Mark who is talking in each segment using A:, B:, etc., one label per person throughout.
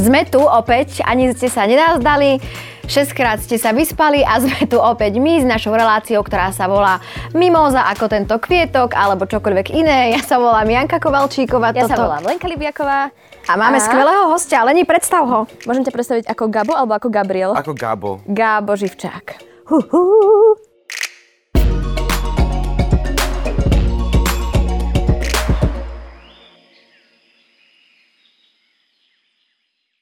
A: Sme tu opäť, ani ste sa nenazdali, 6 krát ste sa vyspali a sme tu opäť my s našou reláciou, ktorá sa volá Mimoza ako tento kvietok alebo čokoľvek iné. Ja sa volám Janka Kovalčíková.
B: Ja sa
A: toto.
B: volám Lenka Libiaková.
A: A máme
B: A-
A: skvelého hostia, Leni, predstav ho.
B: Môžem ťa predstaviť ako Gabo alebo ako Gabriel.
C: Ako Gabo.
B: Gábo Živčák.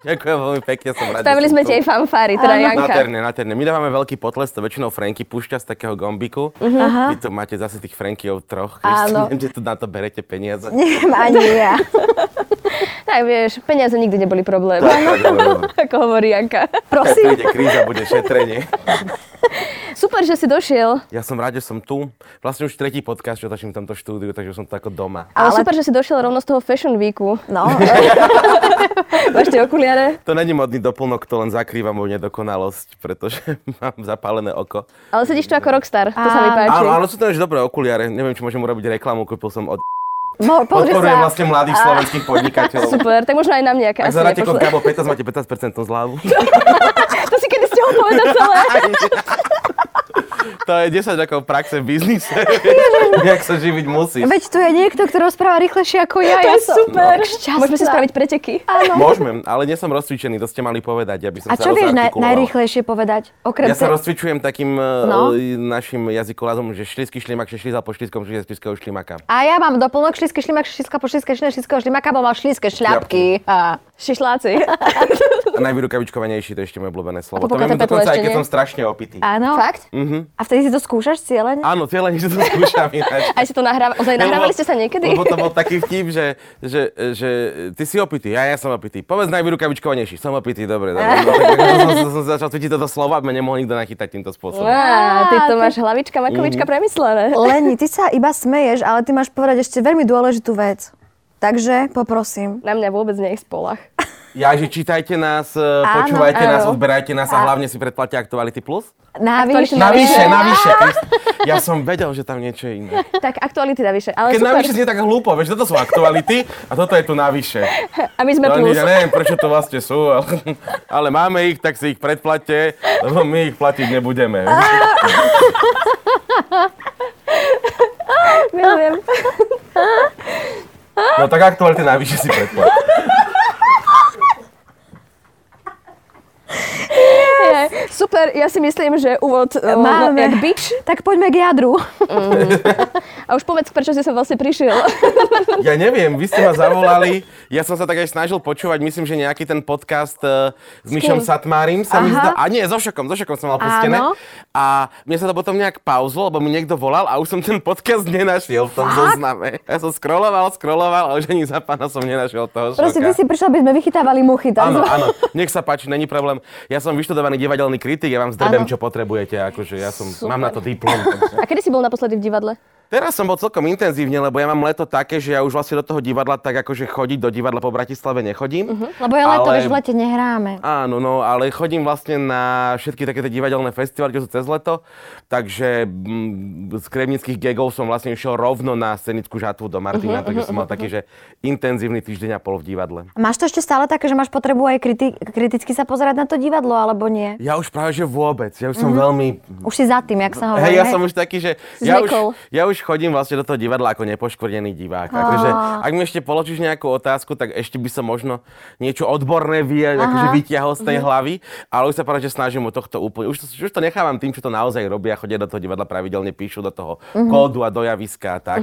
C: Ďakujem veľmi pekne, som rád. že
B: Stavili
C: som
B: sme
C: tu.
B: ti aj fanfári, teda Janka.
C: Nádherné, nádherné. My dávame veľký potles, to väčšinou Franky púšťa z takého gombiku. Uh-huh. Vy tu máte zase tých Frankyov troch.
A: Áno.
C: Áno. Viem, že tu na to berete peniaze.
A: Neviem ani ja.
B: Tak vieš, peniaze nikdy neboli problém.
C: Tak, tak, dobre, dobre.
B: ako hovorí Janka.
C: Keď príde kríza, bude šetrenie.
B: Super, že si došiel.
C: Ja som rád, že som tu. Vlastne už tretí podcast, čo točím v tomto štúdiu, takže som tu ako doma.
B: Ale,
A: Ale-
B: super, že si došiel rovno z toho Fashion Weeku.
A: No,
B: Máš tie okuliare?
C: To není modný doplnok, to len zakrýva moju nedokonalosť, pretože mám zapálené oko.
B: Ale sedíš tu ako rockstar, to sa mi
A: Áno.
B: páči.
C: Áno, áno, sú to už dobré okuliare. Neviem, či môžem urobiť reklamu, kúpil som od...
A: mo- pozri
C: Podporujem
A: sa.
C: vlastne mladých slovenských podnikateľov.
B: Super, tak možno aj nám nejaké.
C: Ak
B: asi
C: zaráte kód
B: nepošle.
C: Gabo 15, máte 15% zľavu.
B: To si kedy ste ho povedal celé.
C: to je 10 rokov praxe v biznise. Jak sa živiť musíš.
A: Veď tu je niekto, kto rozpráva rýchlejšie ako ja.
B: To
A: ja
B: je
A: som-
B: super.
A: tak šťastná.
B: Môžeme si spraviť preteky.
C: Môžeme, ale nie som rozcvičený, to ste mali povedať, aby som
A: A čo
C: sa
A: vieš naj-
C: rozartikuloval.
A: najrýchlejšie povedať? Okrem
C: Ja sa
A: te-
C: rozcvičujem takým
A: No.
C: no. našim jazykolázom, že šlisky šlimak, šliza po šliskom, že šliského šlimaka.
A: A ja mám doplnok šlísky šlimak, šliska po šliske, šliske, šliske, šlimaka, bo mám šliske šľapky. A.
B: Šišláci.
C: A najvyrukavičkovanejší, to je ešte moje obľúbené slovo. To
B: pokiaľ
C: viem
B: to petlo
C: dokonca, aj
B: ešte
C: keď
B: nie?
C: som strašne opitý.
A: Áno.
B: Fakt?
C: Mhm.
A: A vtedy si to skúšaš cieľene?
C: Áno, cieľa, že to skúšam ináč.
B: Aj si to nahráva... Ozaj, nahrávali ste sa niekedy?
C: no. Lebo to bol taký vtip, že, že, že ty si opitý, ja, ja som opitý. Povedz najvyrukavičkovanejší, som opitý, dobre. dobre. No, tak ako som, som, som začal cvičiť toto slova, aby ma nemohol nikto nachytať týmto spôsobom.
B: Á, ty
A: Á,
B: to
A: ty-
B: máš hlavička,
C: Mhm.
B: makovička premyslené.
D: Leni, ty sa iba smeješ, ale ty máš povedať ešte veľmi dôležitú vec. Takže poprosím.
B: Na mňa vôbec nie je spolach.
C: Ja, že čítajte nás, e, počúvajte nás, odberajte nás a hlavne si predplatte Aktuality Plus.
A: Návyš.
B: Aktuality
C: Navyše, navyše. Ja som vedel, že tam niečo je iné.
B: Tak aktuality navyše, ale
C: Keď
B: No, super.
C: navyše znie tak hlúpo, vieš, toto sú aktuality a toto je tu navyše.
B: A my sme
C: No,
B: plus.
C: ani ja neviem, prečo to vlastne sú, ale, ale máme ich, tak si ich predplatte, lebo my ich platiť nebudeme.
B: Milujem.
C: No tak aktuality navyše si predplatte.
B: Je, Super, ja si myslím, že úvod eh,
A: Máme.
B: jak bič.
A: Tak poďme k jadru.
B: A už povedz, prečo si sem vlastne prišiel.
C: Ja neviem, vy ste ma zavolali, ja som sa tak aj snažil počúvať, myslím, že nejaký ten podcast eh, s Mišom Satmárim sa mi zdá, a nie, so Šokom, so Šokom som mal pustené.
A: Áno.
C: A mne sa to potom nejak pauzlo, lebo mi niekto volal a už som ten podcast nenašiel v tom zozname. Ja som scrolloval, scrolloval a už ani za pána som nenašiel toho Šoka.
A: Proste ty si prišla, aby sme vychytávali muchy. Tak
C: Áno, áno, nech sa páči, není problém. Ja som vyštudovaný divadelný kritik, ja vám zdrebem, čo potrebujete, akože ja som, mám na to diplom. Takže.
B: A kedy si bol naposledy v divadle?
C: Teraz som bol celkom intenzívne, lebo ja mám leto také, že ja už vlastne do toho divadla tak akože chodiť do divadla po Bratislave nechodím.
A: Lebo je leto,
C: Ale-
A: vieš, v lete nehráme.
C: Áno, no, ale chodím vlastne na všetky také tie divadelné festivaly, čo sú cez leto, takže mm, z krevnických gegov som vlastne išiel rovno na scenickú žatvu do Martina, takže som mal taký, že intenzívny týždeň a pol v divadle.
A: A Máš to ešte stále také, že máš potrebu aj kriti- kriticky sa pozerať na to divadlo, alebo nie?
C: Ja už práve že vôbec, ja už som veľmi
A: Už si za tým, jak sa hovorí.
C: Hej, ja
A: hej?
C: som už taký, že ja už,
B: Zvykol.
C: ja už chodím vlastne do toho divadla ako nepoškvrnený divák. Akože, ak mi ešte položíš nejakú otázku, tak ešte by som možno niečo odborné vie, akože vytiahol z tej
A: Mhm.
C: hlavy, ale už sa práve, že snažím o tohto úplne. Už to, už to nechávam tým, čo to naozaj robia, chodia do toho divadla pravidelne, píšu do toho
A: Mhm.
C: kódu a do javiska a tak.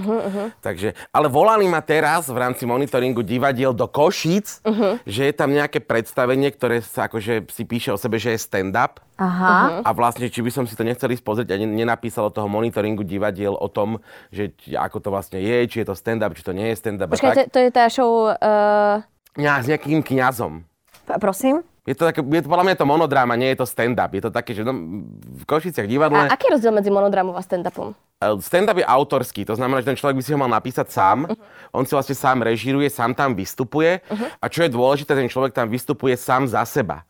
C: Takže, ale volali ma teraz v rámci monitoringu divadiel do Košíc,
A: Mhm.
C: že je tam nejaké predstavenie, ktoré sa akože si píše o sebe, že je stand-up.
A: Aha.
C: A vlastne, či by som si to nechcel ísť pozrieť a ne- nenapísalo toho monitoringu divadiel o tom, že či- ako to vlastne je, či je to stand-up, či to nie je stand-up
B: Počkaj,
C: a
B: to,
C: tak.
B: to je tá show... Uh,
C: Ja, s nejakým kňazom.
A: P- Prosím?
C: Je to, také, je to, podľa mňa je to monodráma, nie je to stand-up. Je to také, že no, v Košiciach divadle...
B: a aký je rozdiel medzi monodramou a stand-upom?
C: Eh, Stand-up je autorský, to znamená, že ten človek by si ho mal napísať sám.
B: Mhm.
C: On si vlastne sám režiruje, sám tam vystupuje. A čo je dôležité, ten človek tam vystupuje
B: Mhm.
C: sám za seba.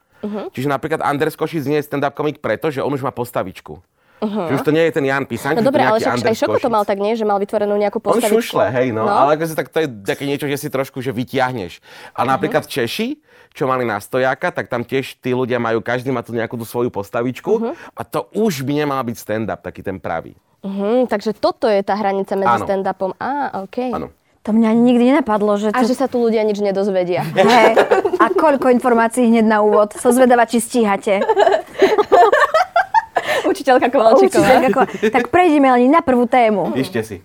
C: Čiže napríklad Anders Košic nie je stand-up komik preto, že on už má postavičku. Uh-huh. Že už to nie je ten Jan
B: Mhm.
C: Písanky,
B: No dobre, ale však aj Šoko
C: Šoko
B: to mal tak, nie? Že mal vytvorenú nejakú
C: On
B: postavičku.
C: šušle, hej, no, no. ale akože tak to je také niečo, že si trošku, že vyťahneš.
B: Mhm.
C: A napríklad Češi, čo mali na stojaka, tak tam tiež tí ľudia majú, každý má tu nejakú tú svoju postavičku a to už by nemal byť stand-up, taký ten pravý.
B: Mhm, takže toto je tá hranica medzi
C: Áno.
B: stand-upom. Á, OK.
C: Áno.
D: To mňa ani nikdy nenapadlo, že
B: A
D: to...
B: že sa tu ľudia nič nedozvedia.
D: Hej. A koľko informácií hneď na úvod. Som zvedavá, či stíhate.
B: Učiteľka
D: Určite,
B: Kovalčíková.
D: ako... Tak prejdeme ani na prvú tému.
B: Mhm.
C: Ešte si.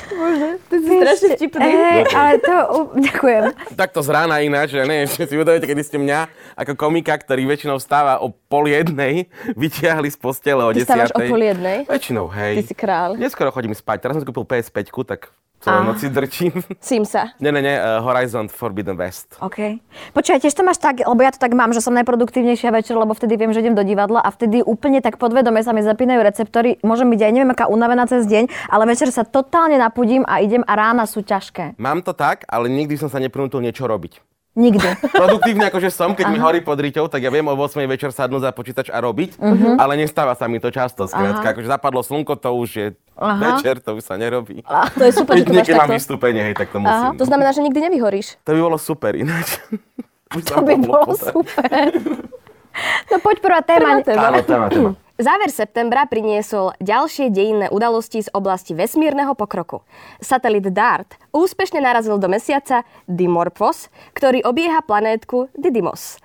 B: strašne vtipný.
D: Hej, ale to... u- Ďakujem.
C: Takto z rána ináč, že neviem, či si uvedomujete, kedy ste mňa ako komika, ktorý väčšinou stáva o pol jednej, vytiahli z postele o
B: Ty
C: desiatej.
B: stávaš o pol jednej?
C: Väčšinou, hej.
B: Ty si král.
C: Neskoro chodím spať. Teraz som si kúpil PS5, tak celé noci drčím.
B: Sím sa.
C: ne, ne, ne, uh, Horizon Forbidden West.
D: OK. Počúvaj, tiež to máš tak, lebo ja to tak mám, že som najproduktívnejšia večer, lebo vtedy viem, že idem do divadla a vtedy úplne tak podvedome sa mi zapínajú receptory. Môžem byť aj neviem, aká unavená cez deň, ale večer sa totálne napudím a idem a rána sú ťažké.
C: Mám to tak, ale nikdy som sa neprinútil niečo robiť.
D: Nikdy.
C: Produktívne akože som, keď mi horí pod riťou, tak ja viem o 8 večer sadnúť za počítač a robiť,
D: Mhm.
C: ale nestáva sa mi to často. Skrátka, akože zapadlo slnko, to už je
D: Aha.
C: večer, to už sa nerobí.
B: To je super, že to máš
C: Niekedy mám
B: takto.
C: vystúpenie, hej, tak to musím.
B: Aha, to znamená, že nikdy nevyhoríš.
C: To by bolo super ináč. Už
D: To by bolo super. No poď prvá téma.
B: Prvá téma.
C: Áno, téma, téma.
B: Záver septembra priniesol ďalšie dejinné udalosti z oblasti vesmírneho pokroku. Satelit DART úspešne narazil do mesiaca Dimorphos, ktorý obieha planétku Didymos.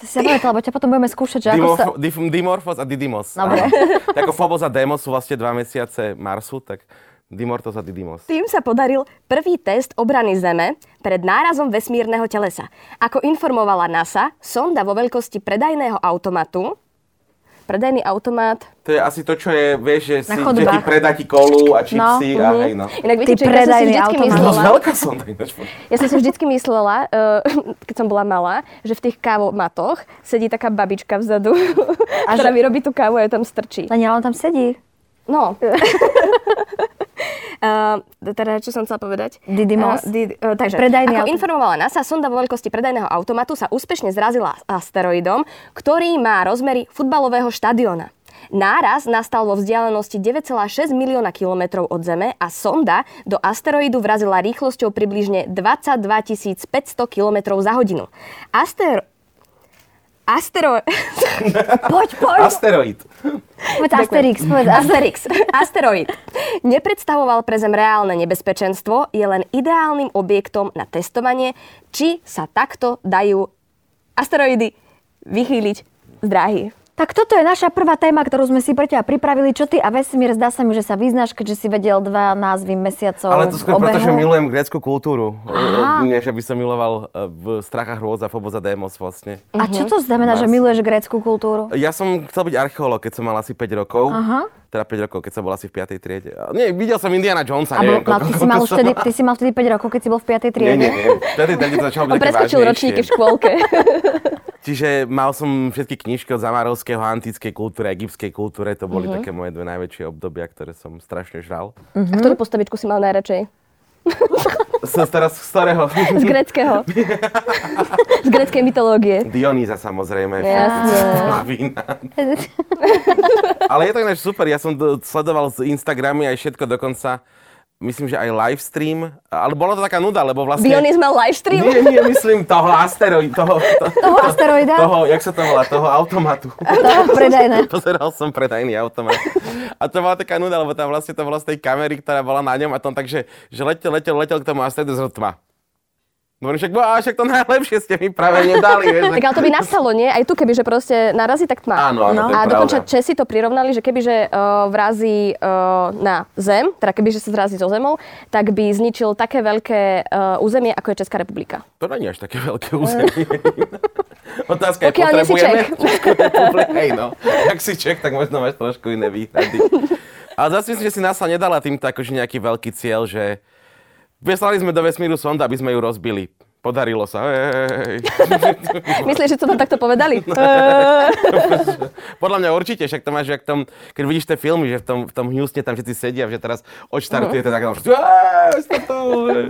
D: Ty si sa povedz, lebo ťa potom budeme skúšať, že ako sa...
C: Dimorfo- dif- Dimorphos a Didymos.
D: Dobre.
C: Áno. Tak ako Phobos a Demos sú vlastne dva mesiace Marsu, tak Dimortos a Didymos.
B: Tým sa podaril prvý test obrany Zeme pred nárazom vesmírneho telesa. Ako informovala NASA, sonda vo veľkosti predajného automatu, predajný automat,
C: To je asi to, čo je, vieš, že, si,
D: Na
C: že ti
D: chodbách. mhm.
C: predá ti kolu a čipsy a hej, no.
B: Inak
D: Ty
B: viete, čo, ja som si
D: predajný
B: vždycky
D: automat.
C: No,
B: myslela,
C: veľká som to ináč.
B: ja som si vždycky myslela, eh, keď som bola malá, že v tých kávomatoch sedí taká babička vzadu, a ktorá
D: že-
B: vyrobí tú kávu a ju tam strčí.
D: Daniela, on tam sedí.
B: No. Uh, teda, čo som chcela povedať?
D: Didymos.
B: Eh, did, uh, takže,
D: Predajný
B: ako
D: automat.
B: informovala NASA, sonda vo veľkosti predajného automatu sa úspešne zrazila s asteroidom, ktorý má rozmery futbalového štadiona. Náraz nastal vo vzdialenosti 9,6 milióna kilometrov od Zeme a sonda do asteroidu vrazila rýchlosťou približne 22 500 kilometrov za hodinu. Astero... Astero...
D: Poď, poď.
C: Asteroid.
D: Povedz Asterix, povedz Asterix.
B: Asterix, asteroid. Nepredstavoval pre Zem reálne nebezpečenstvo, je len ideálnym objektom na testovanie, či sa takto dajú asteroidy vychýliť z dráhy.
D: Tak toto je naša prvá téma, ktorú sme si pre teba pripravili. Čo ty a vesmír? Zdá sa mi, že sa vyznáš, keďže si vedel dva názvy mesiacov
C: Ale to skôr preto, že
D: No, obehu.
C: milujem grécku kultúru. Nie, že by som miloval eh, v strachách hrôza Phobos a Demos vlastne.
D: A čo to znamená, že
C: Mars.
D: miluješ grécku kultúru?
C: Ja som chcel byť archeológ, keď som mal asi 5 rokov.
D: Aha.
C: Teda 5 rokov, keď som bol asi v 5. triede. A Nie, videl som Indiana Jonesa,
D: A bol,
C: neviem,
D: mal, ty, si mal už vtedy, ty si mal vtedy 5 rokov, keď si bol v 5.
C: Nie,
D: triede.
C: nie, nie. Vtedy, vtedy to začalo byť
B: On
C: také
B: preskočil
C: vážnejšie.
B: ročníky v škôlke.
C: Čiže mal som všetky knižky od Zamarovského, antickej kultúre, egyptskej kultúre. To
B: Mhm.
C: boli také moje dve najväčšie obdobia, ktoré som strašne žral.
B: A ktorú postavičku si mal najradšej?
C: Som teraz z ktorého?
B: Z greckého. Z greckej mytológie.
C: Dionýza samozrejme.
B: Jasné.
C: Slavína. Ale je to ináč super, ja som to sledoval z Instagramy aj všetko dokonca, myslím, že aj livestream, ale bola to taká nuda, lebo vlastne...
B: Dionys mal livestream?
C: Nie, nie, myslím toho asteroid, toho, to,
D: Toho asteroida?
C: toho, jak sa to volá, toho automatu.
D: Toho predajné.
C: Pozeral som predajný automat. A to bola taká nuda, lebo tam vlastne to bolo z tej kamery, ktorá bola na ňom a tom takže, že letel, letel, letel k tomu asteroidu z tma. Hovorím, však, bo, a však to najlepšie ste mi práve nedali. Vieš,
B: Tak ale to by nastalo, nie? Aj tu, kebyže proste narazí, tak tma.
C: Áno, áno, to je
B: A
C: pravda.
B: dokonca Česi to prirovnali, že kebyže uh, vrazí uh, na zem, teda kebyže sa zrazí so zemou, tak by zničil také veľké uh, územie, ako je Česká republika.
C: To nie je až také veľké územie. Otázka je,
B: Pokiaľ nie si
C: potrebujeme
B: Čech.
C: Českú republiku? Hej, no. Ak si Čech, tak možno máš trošku iné výhrady. Ale zase myslím, že si NASA nedala týmto akože nejaký veľký cieľ, že Vyslali sme do vesmíru sonda, aby sme ju rozbili. Podarilo sa. Ej.
B: Myslíš, že to tam takto povedali?
C: Podľa mňa určite, však to máš, jak tom, keď vidíš tie filmy, že v tom, v tom Houstone tam všetci sedia, že teraz odštartuje to tak, a už, "Ej, stop to, ej."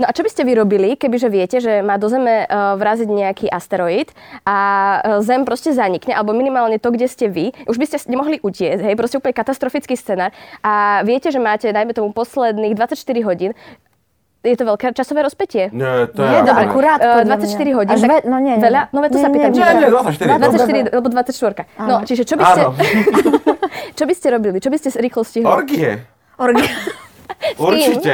B: No a čo by ste vyrobili, kebyže viete, že má do Zeme eh, vraziť nejaký asteroid a eh, Zem proste zanikne, alebo minimálne to, kde ste vy, už by ste s- nemohli utiecť, hej, proste úplne katastrofický scenár a viete, že máte, dajme tomu, posledných 24 hodín, je to veľké časové rozpetie?
C: Nie, to je
D: Nie,
C: ako-
D: No, dobre, akurát.
B: Eh,
D: podľa mňa.
B: 24 hodín.
D: Až
B: tak
D: ve- no nie, nie.
B: Veľa? No veď to
D: Nie,
B: sa
D: nie,
B: pýtam.
D: nie,
B: že-
C: nie, 24.
B: 24 alebo 24. No, čiže čo by ste...
C: Áno.
B: čo by ste robili? Čo by ste rýchlo stihli?
C: Orgie.
D: Orgi-
C: Určite.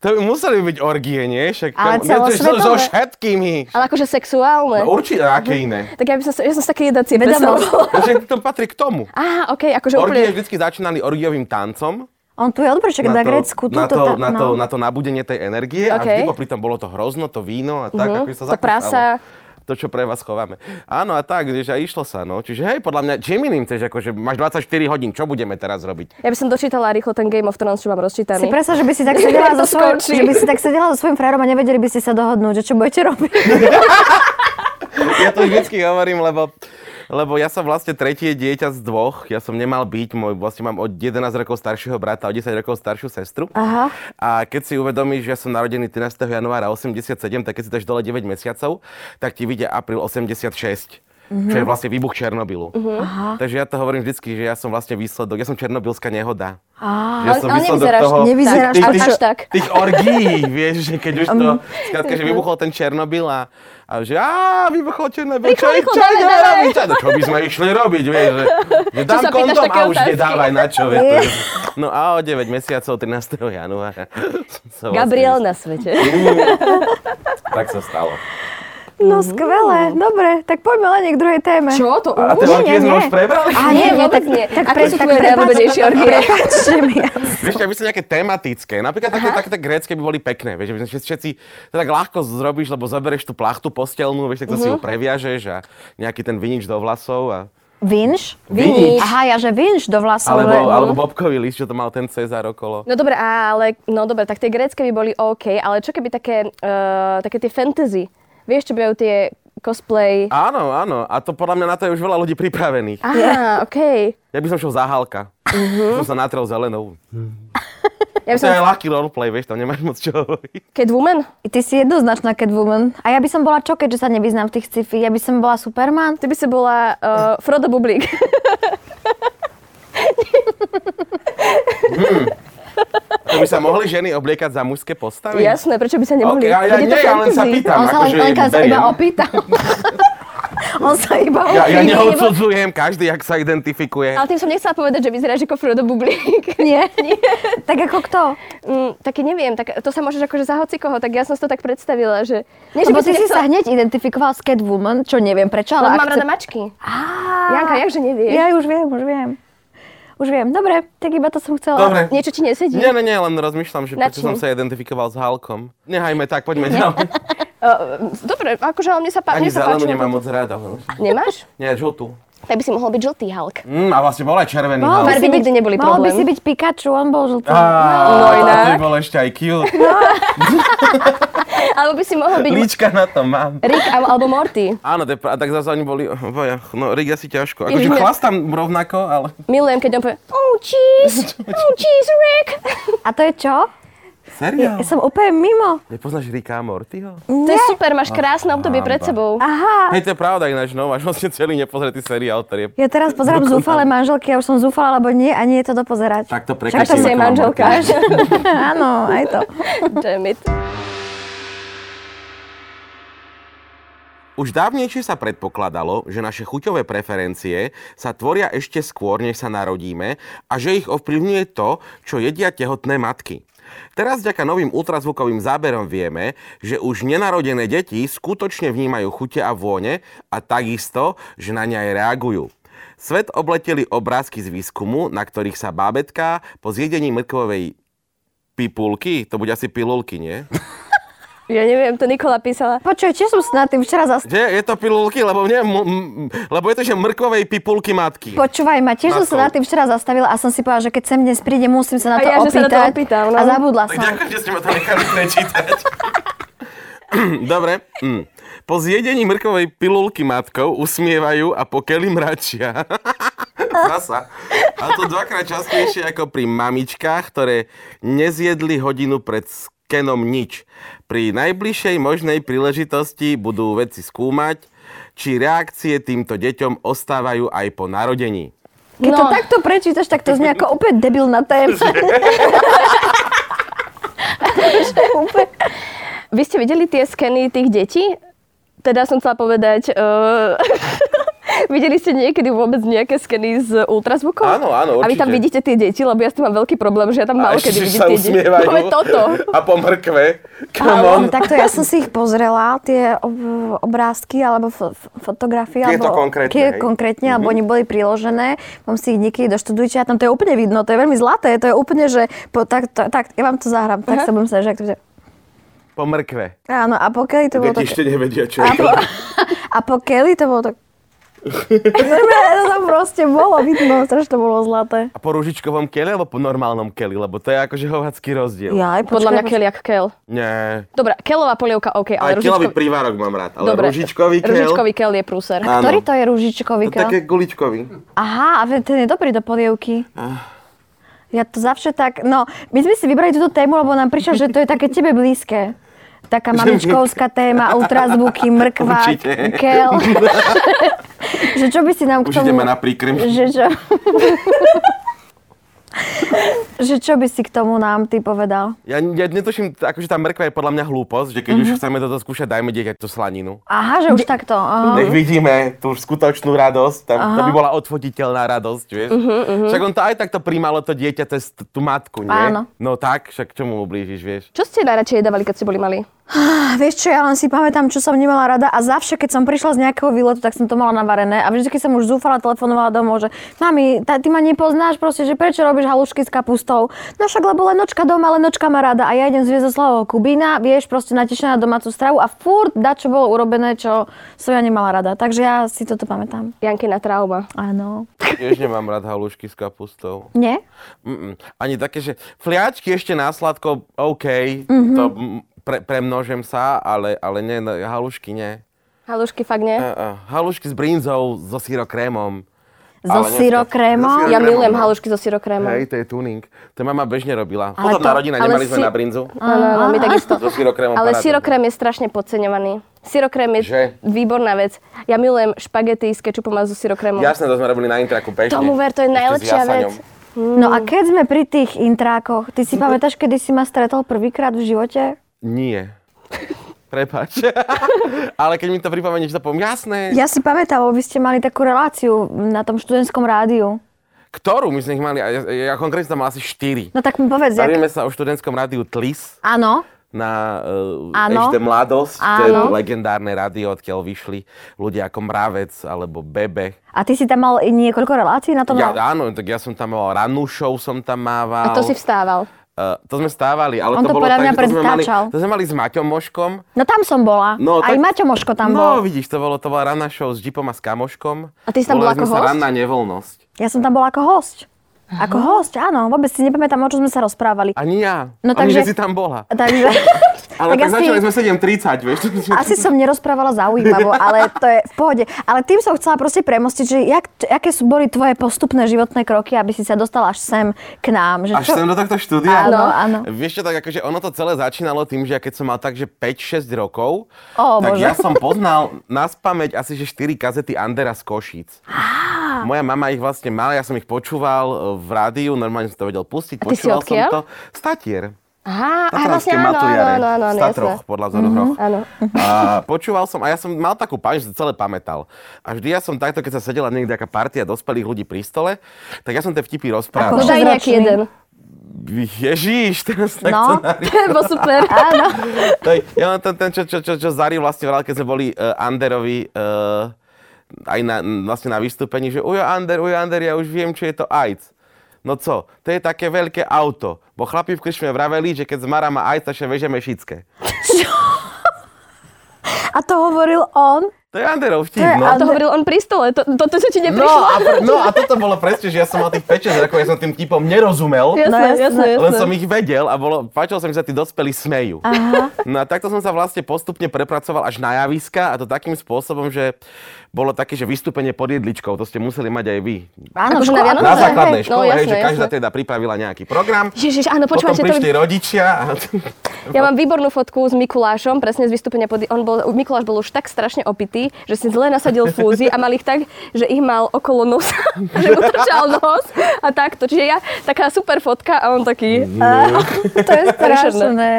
C: To by museli byť orgie, nie? Však,
D: Ale
C: kam- nie, to je so- So
D: celosvetové.
C: všetkými.
B: Ale akože sexuálne.
C: No, určite, aké iné.
B: Tak ja by som, sa- ja som sa také jednacie
D: Vedomosť.
B: predstavovala.
C: Takže to patrí k tomu.
B: Á, ok, akože úplne...
C: Orgie vždycky začínali orgiovým tancom.
D: On tu je odborček na, na Grécku.
C: na,
D: túto
C: to,
D: tá-
C: na,
D: no.
C: to, na to nabudenie tej energie a
B: OK.
C: vždy popri tom bolo to hrozno, to víno a tak,
B: Mhm,
C: uh-huh. ako sa
B: to prasa.
C: zakúšalo. To, čo pre vás chováme. Áno a tak, že a išlo sa, no. Čiže hej, podľa mňa, čím iným chceš, akože máš 24 hodín, čo budeme teraz robiť?
B: Ja by som dočítala rýchlo ten Game of Thrones, čo mám rozčítaný.
D: Si predstav, že by si tak sedela, so
B: To
D: svojím,
B: skončí.
D: že by si tak sedela so svojím frajerom a nevedeli by ste sa dohodnúť, že čo budete robiť.
C: Ja to vždycky hovorím, lebo, lebo ja som vlastne tretie dieťa z dvoch. Ja som nemal byť, môj, vlastne mám od 11 rokov staršieho brata, od 10 rokov staršiu sestru. Aha. A keď si uvedomíš, že ja som narodený 13. januára 87, tak keď si dáš dole 9 mesiacov, tak ti vyjde apríl 86. Čo
B: Mhm.
C: je vlastne výbuch Černobylu. Takže ja to hovorím vždycky, že ja som vlastne výsledok, ja som černobylská nehoda. Á,
B: ale- ale nevyzeráš-
D: nevyzeráš
C: tých,
B: až-
C: tých,
B: až tak. Um, no.
C: tých orgií, vieš, že keď už to, skrátka, že vybuchol ten Černobyl a, a že á, vybuchol Černobyl,
B: Rýchlo, rýchlo,
C: čo
B: dávaj,
C: ideme
B: dávaj.
C: robiť? A no, čo by sme išli robiť, vieš, že, že dám
B: sa pýtaš
C: kondom a
B: také
C: už
B: otázky?
C: nedávaj na čo, vieš. to je- No a o 9 mesiacov, 13. januára. som sa
B: Gabriel
C: vlastne-
B: na svete.
C: Tak sa stalo.
D: No skvelé, dobre, tak poďme len k druhej téme.
B: Čo to?
C: A tie
D: Nie,
C: orgie
D: nie,
C: sme
D: nie.
C: už prebrali?
D: A
B: Nie,
D: nie, nie,
B: vôbec
D: tak nie.
B: nie.
D: Tak,
B: Aké
D: pre,
B: sú
D: tak
B: tvoje
D: prepáč-
B: najobľúbenejšie orgie?
D: Prepáčte mi.
C: Vieš, aby sú nejaké tematické. Napríklad také, také tie grécké by boli pekné. Vieš, že by sme všetci- všetci to tak ľahko zrobíš, lebo zoberieš tú plachtu postelnú, vieš, tak to
B: Mhm.
C: si ju previažeš a nejaký ten vinič do vlasov. A...
D: Vinš?
C: Vinč.
D: Aha, ja že vinš do vlasov.
C: Alebo,
D: len-
C: alebo Bobkový list, čo to mal ten Cezar okolo.
B: No dobre, ale, no dobre, tak tie grécké by boli OK, ale čo keby také, eh, také tie fantasy? Vieš, čo bývajú tie cosplay?
C: Áno, áno. A to podľa mňa na to je už veľa ľudí pripravených.
B: Aha, OK.
C: Ja by som šiel za Halka. Som sa natrel zelenou.
B: Mhm. Ja by
C: To
B: som...
C: je ľahký roleplay, vieš, tam nemáš moc čo hovoriť.
B: Catwoman?
D: Ty si jednoznačná Catwoman. A ja by som bola čo, keďže sa nevyznám v tých sci-fi? Ja by som bola Superman?
B: Ty by si bola eh, Frodo Bublík.
C: To by sa mohli ženy obliekať za mužské postavy?
B: Jasné, prečo by sa
C: Ok,
B: nemohli?
C: ja, ja,
B: Veď je to
C: nie, ja len sa
B: fantasy.
C: pýtam.
D: On sa len,
C: akože
D: len sa
C: beriem.
D: iba opýtal. On sa iba
C: Ja,
D: opýtal.
C: ja neodsudzujem, každý, jak sa identifikuje.
B: Ale tým som nechcela povedať, že vyzeráš ako Frodo Bublík.
D: Nie, Tak ako kto?
B: Mm, taký neviem, tak to sa môžeš akože za hoci koho, tak ja som si to tak predstavila, že... Nie,
D: Lebo
B: by
D: ty
B: som
D: si
B: nechcela-
D: sa hneď identifikoval s Catwoman, čo neviem prečo,
B: Lebo
D: ale...
B: mám rada mačky. Janka, jakže nevieš?
D: Ah! Ja už viem, už viem. Už viem, dobre, tak iba to som chcela.
C: Dobre.
B: Niečo ti nesedí?
C: Nie, nie, nie, len rozmýšľam, že
B: Na
C: prečo som
B: čím?
C: sa identifikoval s Halkom. Nehajme tak, poďme ďalej.
B: Uh, dobre, akože ale mne sa, pá- mne
C: Ani
B: sa
C: zelenú
B: páčilo.
C: nemám moc rada. no.
B: Nemáš?
C: Nie, žltú.
B: Tak by si mohol byť žltý Hulk.
C: Mm, a vlastne bol aj červený
D: Mohol by si
C: Halk.
B: Farby
D: byť-
B: nikdy neboli
D: Mohol by
B: problém.
D: si byť Pikachu, on bol žltý.
C: Á,
B: No
C: a
B: inak.
C: to bol ešte aj cute.
B: Alebo by si mohol byť
C: Líčka na to mám.
B: Rick al- alebo Morty.
C: Áno, to je pra- tak zase oni boli obaja. No, Rick asi ťažko. Akože
B: Ježiš, ne-
C: chlastám rovnako, ale...
B: Milujem, keď on povie Oh cheese, oh cheese Rick.
D: A to je čo?
C: Seriál?
D: Ja som úplne mimo.
C: Nepoznáš Ricka a Mortyho?
B: To je super, máš krásne obdobie pred sebou.
D: Aha.
C: Hej, to je pravda ináč, no, máš vlastne celý nepozretý seriál, ktorý je...
D: Ja teraz pozerám zúfale manželky, ja už som zúfala, alebo nie, a nie je to dopozerať.
C: Tak
B: A
C: to
B: to
C: prekrytím.
B: si je manželka.
D: Áno, aj to.
B: Damn it.
C: Už dávnejšie sa predpokladalo, že naše chuťové preferencie sa tvoria ešte skôr, než sa narodíme a že ich ovplyvňuje to, čo jedia tehotné matky. Teraz vďaka novým ultrazvukovým záberom vieme, že už nenarodené deti skutočne vnímajú chute a vône a takisto, že na ne aj reagujú. Svet obleteli obrázky z výskumu, na ktorých sa bábetká po zjedení mrkovej pipulky, to bude asi pilulky, nie?
B: Ja neviem, to Nikola písala.
D: Počuj, tiež som sa nad tým včera zas...
C: Že je to pilulky, lebo, nie, m- m- lebo je to, že mrkovej pipulky matky.
D: Počúvaj ma, tiež som sa nad tým včera zastavila a som si povedala, že keď sem dnes príde, musím sa na
B: A
D: to
B: ja, že sa na to
D: opýtať.
B: opýtam, no.
D: A zabudla
C: Tak
D: som.
C: ďakujem, že ste ma to nechali prečítať. Dobre. Mm. Po zjedení mrkovej pilulky matkou usmievajú a pokely mračia. Zasa. A to dvakrát častejšie ako pri mamičkách, ktoré nezjedli hodinu pred skenom nič. Pri najbližšej možnej príležitosti budú vedci skúmať, či reakcie týmto deťom ostávajú aj po narodení.
D: Keď to
A: No.
D: takto prečítaš, tak to znie ako úplne debilná téma.
B: Vy ste videli tie skeny tých detí? Teda som chcela povedať, uh, videli ste niekedy vôbec nejaké skeny z ultrazvukov?
C: Áno,
B: A
C: áno,
B: vy tam
C: určite.
B: vidíte tie deti, lebo ja s tým mám veľký problém, že ja tam
C: A
B: málo kedy
C: ešte, že
B: vidím
C: sa
B: tie deti.
C: usmievajú.
B: No, veď toto.
C: A po mrkve. Come on.
D: Ale takto ja som si ich pozrela, tie ob- obrázky alebo f- f- fotografie.
C: Tieto
D: alebo,
C: konkrétne,
D: tie
C: hej? Mhm.
D: konkrétne, alebo oni boli priložené. Mám si ich niekedy do študujčia, tam to je úplne vidno, to je veľmi zlaté, to je úplne, že... Po, tak, to, tak, ja vám to zahrám, tak sa budem sa, že... ak to bude-
C: Po mrkve.
D: Áno, a pokiaľ to bolo
C: Deti
D: také...
C: ešte nevedia, čo
D: A,
C: je to.
D: po, a po Kelly to bolo tak... Normálne to tam proste bolo vidno, strašne to bolo zlaté.
C: A po ružičkovom keli alebo po normálnom keli? Lebo to je akože hovacký rozdiel.
D: Jaj,
B: Podľa mňa
D: počkaj,
B: Kel jak Kel.
C: Nie.
B: Dobre, Kelová polievka, OK, ale
C: Ale kelový
B: ružičkový...
C: prívárok mám rád. Ale
B: Dobre,
C: ružičkový kel.
B: ružičkový Kel je prúser.
C: Áno. No,
A: Ktorý to je ružičkový
C: To
A: kel?
C: také guličkový.
D: Aha, a ten je dobrý do polievky.
C: Ah.
D: Ja to zavše tak, no, my sme si vybrali túto tému, lebo nám prišlo, že to je také tebe blízke. Taká mamičkovská téma, ultrazvuky, mrkva,
C: Určite.
D: kel. že čo by si nám k
C: Už
D: tomu...
C: ideme na príkrm.
D: Že čo... že čo by si k tomu nám ty povedal?
C: Ja, ja netuším, t- akože tá mrkva je podľa mňa hlúposť, že keď už chceme toto skúšať, dajme dieťaťu slaninu.
D: Aha, že už takto. Aha.
C: Nech vidíme tú skutočnú radosť, tam, to by bola odfotiteľná radosť, vieš.
B: Mhm,
C: Však on to aj takto príjmalo to dieťa cez t- tú matku, nie?
D: Áno.
C: No tak, však čomu ublížiš, vieš.
B: Čo ste najradšej jedávali, keď ste boli malí?
D: A vieš čo, ja len si pamätám, čo som nemala rada a zavše, keď som prišla z nejakého výletu, tak som to mala navarené. A vždy, keď som už zúfala, telefonovala domov, že mami, tá, ty ma nepoznáš proste, že prečo robíš halušky s kapustou? No však lebo lenočka doma, lenočka má rada a ja idem z Viezoslavo Kubína, vieš, proste natešená na domácu stravu a furt da, čo bolo urobené, čo som ja nemala rada. Takže ja si toto pamätám.
B: Jankina trauma.
D: Áno.
C: Tiež nemám rád halušky s kapustou.
D: Nie?
C: Mm-mm. Ani také, že fliačky ešte na sladko, OK,
B: Mhm.
C: mm-hmm. to mm, pre, premnožem sa, ale, ale nie, no, halušky nie.
B: Halušky fakt nie.
C: Uh, uh, halušky s brinzou, so syrokrémom.
D: So
C: Ale dneska-
D: syrokrémom?
C: so
B: Ja milujem
C: no.
B: halušky so syrokrémom.
C: Hej, to je tuning. To mama bežne robila.
B: Ale
C: Podobná
B: to-
C: rodina,
B: ale
C: nemali sme
B: si-
C: na brinzu.
B: Áno, áno, my takisto.
C: So syrokrémom
B: Ale
C: paráda.
B: syrokrém je strašne podceňovaný. Syrokrém je
C: Že?
B: výborná vec. Ja milujem špagety s kečupom a so syrokrémom.
C: Jasné, to sme robili na intraku pešne.
B: Tomu ver, to je
C: Ešte s
B: najlepšia vec.
C: jasaňom.
D: No a keď sme pri tých intrákoch, ty si pamätáš, kedy si ma stretol prvýkrát v živote?
C: Nie. Prepač. Ale keď mi to pripomenieš, to poviem, jasné.
D: Ja si pamätám, lebo vy ste mali takú reláciu na tom študentskom rádiu.
C: Ktorú my sme ich mali, a ja, ja konkrétne som mal asi 4.
D: No tak mi povedz, jak...
C: Bavíme sa o študentskom rádiu Tlis
D: Áno,
C: na uh,
D: Áno.
C: ešte mladosť, to je
D: Áno.
C: legendárne rádio, odkiaľ vyšli ľudia ako Mravec alebo Bebe.
D: a ty si tam mal i niekoľko relácií na tom?
C: Ja,
D: rádiu?
C: áno, tak ja som tam mal rannú show, som tam mával.
B: A to si vstával.
C: Uh, to sme stávali, ale
D: On
C: to
D: to
C: bolo
D: podľa
C: tak,
D: mňa
C: že to sme, mali,
D: predtáčal.
C: to sme mali s Maťom Moškom.
D: No tam som bola.
C: No,
D: Aj
C: tak-
D: Maťo Moško tam bol.
C: no, vidíš, to bolo, to bola ranná show s Jeepom a s Kamoškom.
B: A ty si tam bola
C: Volali
B: ako
C: sme sa
B: host?
C: ranná nevoľnosť.
D: Ja som tam bola ako host. Ako host, áno. Vôbec si nepamätám, o čom sme sa rozprávali.
C: Ani ja.
D: No,
C: Ani,
D: takže-
C: že si tam bola.
D: Takže...
C: Ale tak,
D: asi,
C: začali sme 7.30, vieš.
D: asi som nerozprávala zaujímavo, ale to je v pohode. Ale tým som chcela proste premostiť, že jak, aké sú boli tvoje postupné životné kroky, aby si sa dostala až sem k nám. Že
C: Až
D: čo-
C: sem do tohto štúdia? No.
D: Áno, áno.
C: Vieš čo, tak akože ono to celé začínalo tým, že ja keď som mal tak, že 5-6 rokov,
D: Ó,
C: tak
D: Bože.
C: ja som poznal na spameť asi že 4 kazety Andera z Košíc. Moja mama ich vlastne mala, ja som ich počúval e, v rádiu, normálne som to vedel pustiť,
B: ty si
C: počúval som
B: odkiaľ?
C: to. Statier.
B: Aha, a
C: Tatranské
B: vlastne áno, áno,
C: Matuliare,
B: áno, áno,
C: v
B: áno, jasné. Mhm.
C: Tatroch, podľa vzoru hroch.
B: Áno.
C: A počúval som, a ja som mal takú pamäť, že to celé pamätal. A vždy ja som takto, keď sa sedela niekde aká partia dospelých ľudí pri stole, tak ja som tie vtipy rozprával.
D: Ako
B: Už aj nejaký
D: Šesťročný.
B: jeden.
C: Ježiš, teraz tak
D: No.
C: no.
B: To bol super. Áno.
C: Ja len ten, ten čo, čo, čo, čo Zari vlastne vral, keď sme boli uh, Anderovi uh, aj na, n- vlastne na vystúpení, že ujo Ander, ujo Ander, ja už viem, čo je to AIDS. No co, to je také veľké auto, bo chlapi v krčme vraveli, že keď zmara má AIDS, tak sa vežeme šické.
D: A to hovoril on?
C: To je Anderov vtip,
D: je
C: no.
B: Ale to hovoril on pri stole, to, toto čo ti
C: No
B: neprišlo?
C: a, pr- no a toto bolo presne, že ja som mal tých 5 rokov, ja som tým typom
D: No
C: nerozumel.
B: jasné,
D: jasné.
B: jasné, jasné.
C: Len som ich vedel a bolo, páčilo sa mi, že sa tí dospelí smejú. Aha. No a takto som sa vlastne postupne prepracoval až na javiska a to takým spôsobom, že bolo také, že vystúpenie pod jedličkou, to ste museli mať aj vy.
D: Áno,
B: Akože na
D: škola-
B: Vianoce?
C: Na
B: Hej,
C: základnej
B: no,
C: škole, hej,
B: jasné,
C: že každá
B: jasné.
C: teda pripravila nejaký program.
B: Ježiš, áno, počúvajte,
C: Potom
B: to,
C: prišli rodičia a
B: Ja mám výbornú fotku s Mikulášom, presne z vystúpenia pod... On bol, Mikuláš bol už tak strašne opitý, že si zle nasadil fúzy a mal ich tak, že ich mal okolo nosa, že mu trčal nos a takto. Čiže ja, taká super fotka a on taký...
C: Mm-hmm.
D: To je strašné.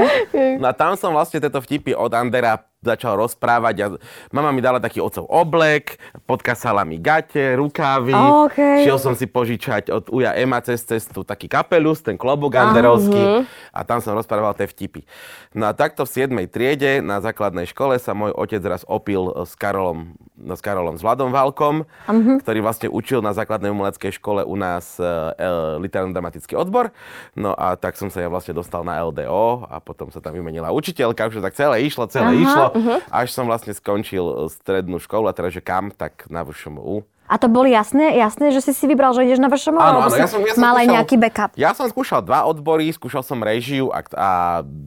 C: No a tam som vlastne tieto vtipy od Andera začal rozprávať a mama mi dala taký ocov oblek, podkasala mi gate, rukávy.
D: A, okej.
C: Šiel som si požičať od Uja Ema cez cestu taký kapelus, ten klobúk anderovský a tam som rozprával tie vtipy. No a takto v 7. triede na základnej škole sa môj otec raz opil s Karolom, no, s Karolom s Vladom Válkom, ktorý vlastne učil na základnej umeleckej škole u nás e, e, literárno-dramatický odbor. No a tak som sa ja vlastne dostal na LDO a potom sa tam vymenila učiteľka, už to tak celé išlo, celé
D: Aha,
C: išlo, až som vlastne skončil e, strednú školu a teraz, že kam, tak na VŠMU.
D: A to boli jasné, jasné, že si si vybral, že ideš na VŠMO? alebo si mal aj nejaký backup.
C: Ja som skúšal dva odbory, skúšal som režiu a, a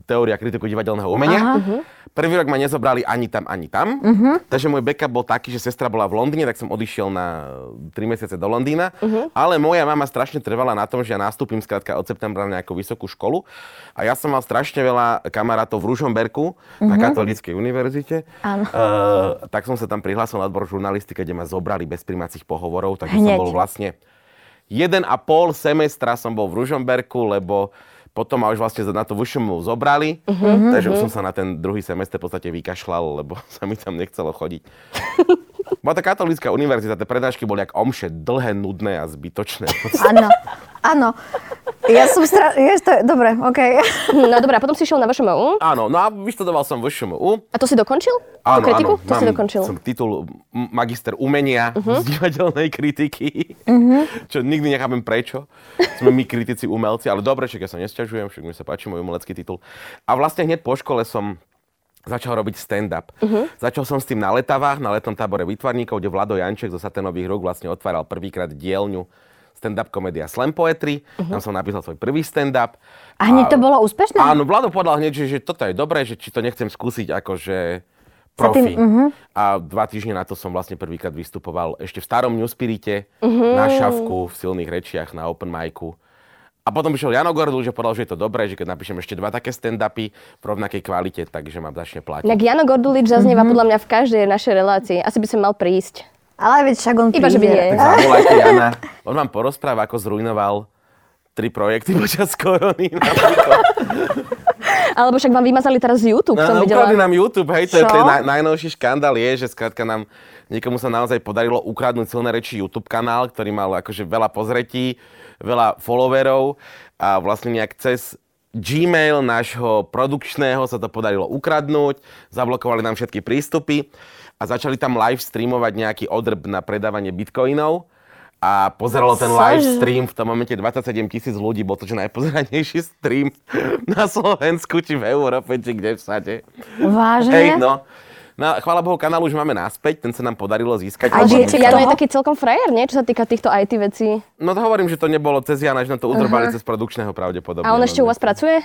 C: teória kritiku divadelného umenia.
D: Aha. Mhm.
C: Prvý rok ma nezobrali ani tam, ani tam. Uh-huh. Takže môj backup bol taký, že sestra bola v Londýne, tak som odišiel na 3 mesiace do Londýna. Uh-huh. Ale moja mama strašne trvala na tom, že ja nastúpim skrátka od septembra na nejakú vysokú školu. A ja som mal strašne veľa kamarátov v Ružomberku uh-huh. na Katolíckej univerzite.
D: Mhm. Áno.
C: Uh, tak som sa tam prihlásil na odbor žurnalistiky, kde ma zobrali bez primacích pohovorov. Takže
D: Hneď.
C: som bol vlastne jeden a pol semestra som bol v Ružomberku, lebo potom ma už vlastne na to VŠMU zobrali, takže už som sa na ten druhý semester v podstate vykašľal, lebo sa mi tam nechcelo chodiť. Bola to katolícka univerzita, tie prednášky boli jak omše, dlhé, nudné a zbytočné.
D: Áno, áno. Ja som stra... Jež, to je... Dobre, okej.
B: No dobré, a potom si šiel na VŠMU
C: Áno, no a vyštudoval som VŠMU.
B: a to si dokončil? Tú
C: Áno,
B: kritiku?
C: áno,
B: to si dokončil. Mhm.
C: som titul m- magister umenia z divadelnej kritiky, čo nikdy nechápem prečo. Sme my kritici umelci, ale dobre, však ja sa nesťažujem, však mi sa páči môj umelecký titul. A vlastne hneď po škole som začal robiť stand-up.
B: Mhm.
C: Začal som s tým na letavách, na letnom tábore výtvarníkov, kde Vlado Janček zo Saténových rúk vlastne otváral prvýkrát dielňu stand-up komédia Slam Poetry.
B: Mhm.
C: Tam som napísal svoj prvý stand-up.
D: A hneď to bolo úspešné?
C: Áno, no, Vlado povedal hneď, že, že toto je dobré, že či to nechcem skúsiť akože
D: tým-
C: profi. uh-huh. A dva týždne na to som vlastne prvýkrát vystupoval ešte v starom Newspirite, uh-huh. na šavku, v silných rečiach, na open micu. A potom prišiel Jano Gordul, že povedal, že je to dobré, že keď napíšem ešte dva také stand-upy v rovnakej kvalite, takže ma začne platiť.
B: Inak Jano Gordulič
C: Mhm.
B: zaznieva podľa mňa v každej našej relácii. Asi by som mal prísť.
D: Ale veď však on
B: Iba, že by
D: príde.
B: nie.
C: Tak zavolajte Jana. On vám porozpráva, ako zrujnoval tri projekty počas korony.
B: Alebo však vám vymazali teraz z YouTube, som
C: No, ukradli
B: videla.
C: nám YouTube, hej, to je,
D: Čo?
C: to je naj, najnovší škandál je, že skrátka nám niekomu sa naozaj podarilo ukradnúť silné reči YouTube kanál, ktorý mal akože veľa pozretí, veľa followerov a vlastne nejak cez Gmail nášho produkčného sa to podarilo ukradnúť, zablokovali nám všetky prístupy a začali tam live streamovať nejaký odrb na predávanie bitcoinov a pozeralo ten live
B: Cože?
C: stream v tom momente 27 tisíc ľudí, bol to že najpozeranejší stream na Slovensku, či v Európe, či kde všade.
D: Vážne?
C: Hej, no. No, chvála Bohu, kanál už máme naspäť, ten sa nám podarilo získať.
D: A
C: lebo-
D: že- Kto?
B: Čiže Jano je taký celkom frajer, nie? Čo sa týka týchto IT vecí.
C: No to hovorím, že to nebolo cez Jana, že nám to udrbali cez produkčného pravdepodobne. no,
B: A on ešte u vás pracuje?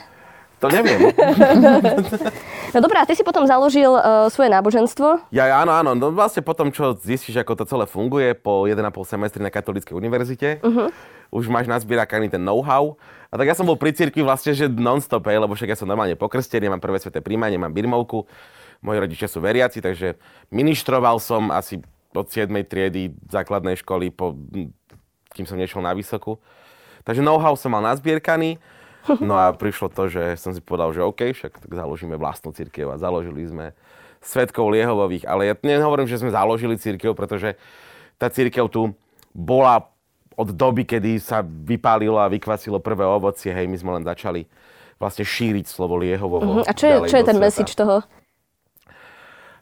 C: To neviem.
B: No dobrá, ty si potom založil
E: e,
B: uh, svoje náboženstvo.
C: Ja, ja, áno, áno. No vlastne potom, čo zistíš, ako to celé funguje po 1,5 semestri na Katolíckej univerzite, uh-huh. už máš nazbierakaný ten know-how. A tak ja som bol pri cirkvi vlastne, že non-stop, hej, lebo však ja som normálne pokrstený, mám prvé sveté príjmanie, mám birmovku, moji rodičia sú veriaci, takže ministroval som asi od 7. triedy základnej školy, po, hm, kým som nešiel na vysokú. Takže know-how som mal nazbierkaný. No a prišlo to, že som si povedal, že OK, však tak založíme vlastnú církev a založili sme Svetkov Liehovových. Ale ja nehovorím, že sme založili církev, pretože tá církev tu bola od doby, kedy sa vypálilo a vykvasilo prvé ovocie. Hej, my sme len začali vlastne šíriť slovo Liehovovo.
B: Hm, A čo je,
C: No, ďalej
B: čo je
C: do
B: ten
C: sveta.
B: message toho?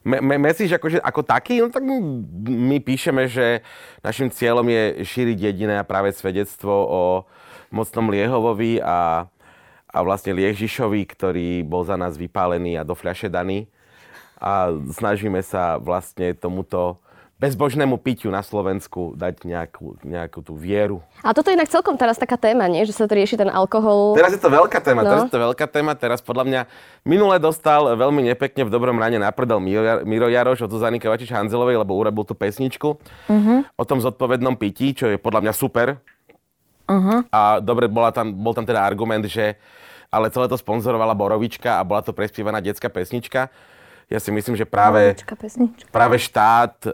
C: Me- me- message akože ako taký, no tak m- my píšeme, že našim cieľom je šíriť jediné a práve svedectvo o mocnom Liehovovi a, a vlastne Liežišovi, ktorý bol za nás vypálený a do fľaše daný. a snažíme sa vlastne tomuto bezbožnému pitiu na Slovensku dať nejakú, nejakú tú vieru.
E: A toto je inak celkom teraz taká téma, nie? že sa tu rieši ten alkohol.
C: Teraz je to veľká téma,
E: No.
C: no. teraz je to veľká téma, teraz podľa mňa minule dostal veľmi nepekne v dobrom rane na prdel Miro, Ja- Miro Jaroš od Zuzany Kovačič Hanzelovej, lebo urobil tú pesničku o tom zodpovednom pití, čo je podľa mňa super. A dobre, bola tam, bol tam teda argument, že ale celé to sponzorovala Borovička a bola to prespievaná detská pesnička. Ja si myslím, že práve...
D: Pesnička, pesnička.
C: Práve štát, e,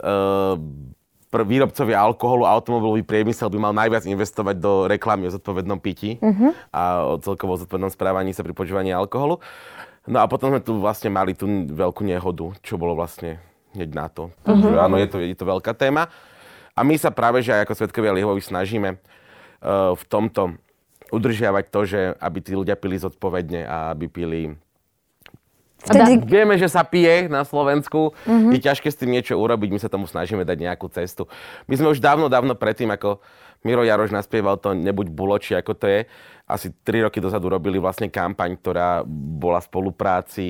C: pr- výrobcovia alkoholu, automobilový priemysel by mal najviac investovať do reklamy o zodpovednom pití a o celkovo zodpovednom správaní sa pri požívaní alkoholu. No a potom sme tu vlastne mali tú veľkú nehodu, čo bolo vlastne hneď na to. Takže áno, je to, je to veľká téma. A my sa práve, že aj ako svetkovia Liehovi snažíme e, v tomto udržiavať to, že aby tí ľudia pili zodpovedne a aby pili
B: Teda-
D: Vtedy,
C: Vieme, že sa pije na Slovensku, mm-hmm. je ťažké s tým niečo urobiť, my sa tomu snažíme dať nejakú cestu. My sme už dávno, dávno predtým, ako Miro Jaroš naspieval to Nebuď buloči, ako to je, asi 3 roky dozadu robili vlastne kampaň, ktorá bola v spolupráci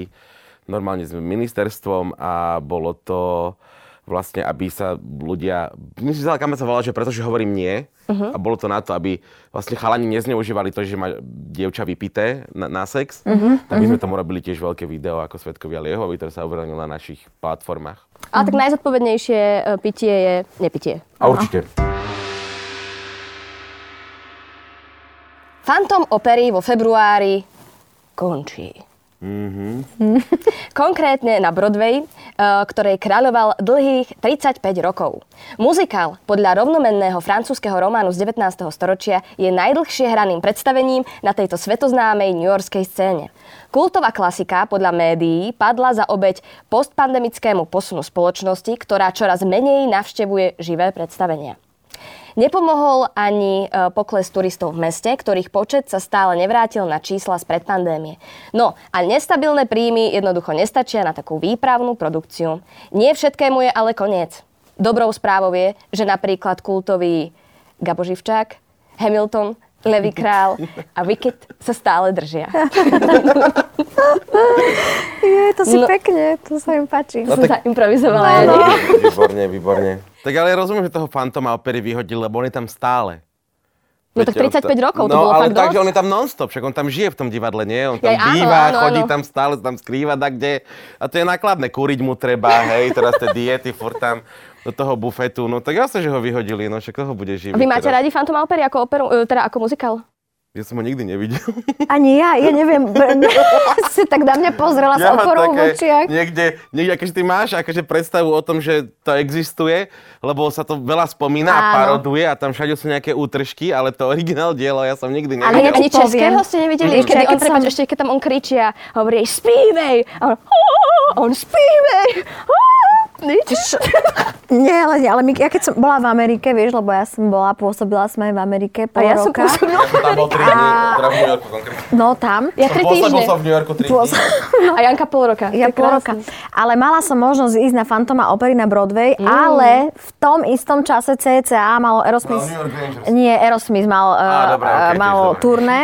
C: normálne s ministerstvom a bolo to vlastne, aby sa ľudia... My si vzala kampaň sa volala, že pretože hovorím nie uh-huh. a bolo to na to, aby vlastne chalani nezneužívali to, že má dievča vypité na, na sex. Uh-huh. Tak my sme tomu robili tiež veľké video ako Svetkovia Liehovi, ktoré sa uverejnilo na našich platformách.
E: Ale tak najzodpovednejšie e, pitie je nepitie.
C: A určite.
B: Fantom opery vo februári končí. Konkrétne na Broadway, e, ktorej kráľoval dlhých 35 rokov. Muzikál podľa rovnomenného francúzskeho románu z 19. storočia je najdlhšie hraným predstavením na tejto svetoznámej newyorskej scéne. Kultová klasika podľa médií padla za obeď postpandemickému posunu spoločnosti, ktorá čoraz menej navštevuje živé predstavenia. Nepomohol ani e, pokles turistov v meste, ktorých počet sa stále nevrátil na čísla spred pandémie. No a nestabilné príjmy jednoducho nestačia na takú výpravnú produkciu. Nie všetkému je ale koniec. Dobrou správou je, že napríklad kultový Gabo Živčák, Hamilton, Levý král a Wicked sa stále držia.
D: je, to si
B: No.
D: pekne, to sa im páči.
C: No
B: Som
C: tak-
B: zaimprovizovala. ja nie.
C: Výborne, výborne. Tak ale rozumiem, že toho fantoma opery vyhodil, lebo on je tam stále.
E: No tak
C: Viete,
E: 35
C: on ta-
E: rokov, to
C: no,
E: bolo
C: ale
E: fakt
C: tak,
E: dosť.
C: že on je tam non-stop, však on tam žije v tom divadle, nie? On tam
E: Aj, áno,
C: býva,
E: áno,
C: chodí
E: áno.
C: tam stále, sa tam skrýva, tak kde. A to je nákladné, kúriť mu treba, hej, teraz tie diety, furt tam do toho bufetu. No tak jasne, že ho vyhodili, no však toho bude živiť.
E: Vy máte
C: teraz.
E: radi Phantom Opery ako, operu, e, teda ako muzikál?
C: Ja som ho nikdy nevidel.
D: Ani ja, ja neviem, si tak na mňa pozrela s
C: Ja mám
D: okorou v
C: také
D: očiach.
C: Niekde, niekde, akože ty máš akože predstavu o tom, že to existuje, lebo sa to veľa spomína a
D: Áno.
C: paroduje a tam všade sú nejaké útržky, ale to originál dielo ja som nikdy
D: Ale
C: nevidel.
D: ja ti
E: Ani
D: poviem.
E: českého ste nevideli,
D: Mm.
E: kedy
D: Ja
E: on,
D: keď som-
E: prepáč, ešte keď tam on kričí a hovorí, jej, spívej! A on, "Ó, ó, ó," a on spívej! Ó, Nič.
D: Nie, ale, nie, ale my, ja keď som bola v Amerike, vieš, lebo ja som bola, pôsobila som aj v Amerike
E: A
D: pol
E: ja
D: roka.
E: som pôsobila.
C: Ja som tam bol 3 dní, teda v New Yorku konkrétne.
D: No tam.
E: Ja tri
C: Pôsobil
E: týždne.
C: som v New Yorku 3 dní.
E: A Janka pol roka. To je
D: Ja pol
E: krásne.
D: roka. Ale mala som možnosť ísť na Fantoma opery na Broadway, ale v tom istom čase CCA malo Aerosmith...
C: Mal New York Rangers.
D: Nie, Aerosmith mal, uh,
C: dobré, okej, tiež
D: mal
C: dobré.
D: turné